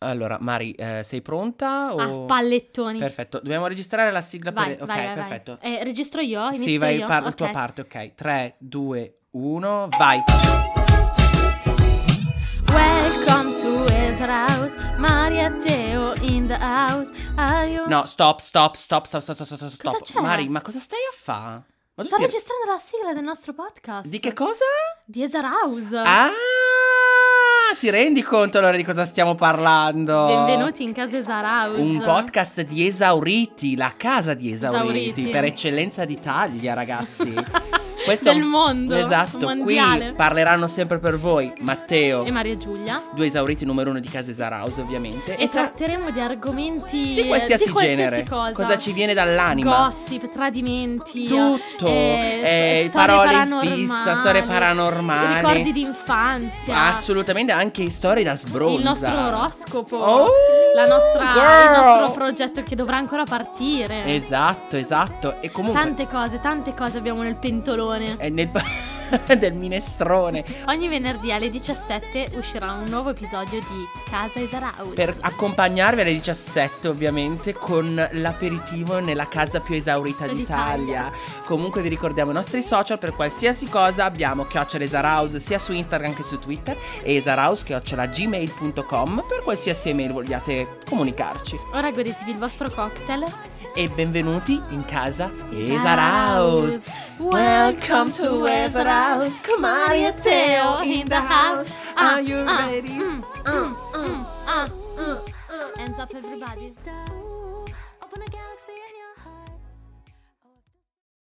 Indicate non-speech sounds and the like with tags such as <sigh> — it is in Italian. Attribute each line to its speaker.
Speaker 1: Allora, Mari, ehm, sei pronta
Speaker 2: A
Speaker 1: o
Speaker 2: pallettoni.
Speaker 1: Perfetto, dobbiamo registrare la sigla per
Speaker 2: Ah, Vai,
Speaker 1: ok,
Speaker 2: vai, vai, vai.
Speaker 1: perfetto.
Speaker 2: Eh, registro io? Inizio
Speaker 1: Sì, vai,
Speaker 2: io?
Speaker 1: parla
Speaker 2: Ok.
Speaker 1: tu a parte, ok. 3, 2, 1, vai.
Speaker 2: Welcome to Ezra House, Maria Teo in the house. Are you...
Speaker 1: No, stop, stop, stop, stop, stop, stop, stop,
Speaker 2: Cosa
Speaker 1: stop.
Speaker 2: c'è?
Speaker 1: Mari, ma cosa stai a fa? Ma tu
Speaker 2: Sto
Speaker 1: ti-
Speaker 2: registrando la sigla del nostro podcast.
Speaker 1: Di che cosa?
Speaker 2: Di Ezra House.
Speaker 1: Ah! Ti rendi conto allora di cosa stiamo parlando?
Speaker 2: Benvenuti in casa Ezra House.
Speaker 1: oh. Un podcast di esauriti, la casa di esauriti,
Speaker 2: Esauriti.
Speaker 1: per eccellenza d'Italia,
Speaker 2: <laughs>
Speaker 1: ragazzi. Questo è
Speaker 2: del
Speaker 1: un-
Speaker 2: mondo.
Speaker 1: Esatto,
Speaker 2: mondiale.
Speaker 1: qui parleranno sempre per voi Matteo,
Speaker 2: E Maria Giulia.
Speaker 1: due esauriti numero uno di Casa Esaraus ovviamente.
Speaker 2: E,
Speaker 1: sarà
Speaker 2: tratteremo di argomenti
Speaker 1: Esatto. di qualsiasi,
Speaker 2: di qualsiasi
Speaker 1: genere.
Speaker 2: cosa.
Speaker 1: ci viene dall'anima?
Speaker 2: Gossip, tradimenti,
Speaker 1: Tutto,
Speaker 2: eh,
Speaker 1: eh,
Speaker 2: storie
Speaker 1: parole in
Speaker 2: paranormali,
Speaker 1: fissa, storie paranormali,
Speaker 2: ricordi di infanzia,
Speaker 1: assolutamente anche storie da sbronza.
Speaker 2: il nostro oroscopo,
Speaker 1: Oh,
Speaker 2: la nostra-
Speaker 1: girl!
Speaker 2: il nostro progetto che dovrà ancora partire.
Speaker 1: Esatto, esatto. E comunque
Speaker 2: Tante cose, tante cose abbiamo nel pentolone.
Speaker 1: è nel <laughs> del minestrone
Speaker 2: Ogni venerdì alle 17 uscirà un nuovo episodio di Casa Esaraus.
Speaker 1: per accompagnarvi alle 17 ovviamente con l'aperitivo nella casa più esaurita
Speaker 2: D'Italia.
Speaker 1: d'Italia. Comunque vi ricordiamo i nostri social per qualsiasi cosa abbiamo chiocciola Esaraus sia su Instagram che su Twitter e esaraus chiocciola gmail.com per qualsiasi email vogliate comunicarci.
Speaker 2: Ora godetevi il vostro cocktail.
Speaker 1: E benvenuti in casa Esaraus. Welcome to Esaraus, con Maria e Teo in the house. Are you ready?
Speaker 2: Mm,
Speaker 1: Mm,
Speaker 2: mm,
Speaker 1: mm,
Speaker 2: mm, ah.
Speaker 1: mm, mm.
Speaker 2: Hands up everybody.
Speaker 3: Style.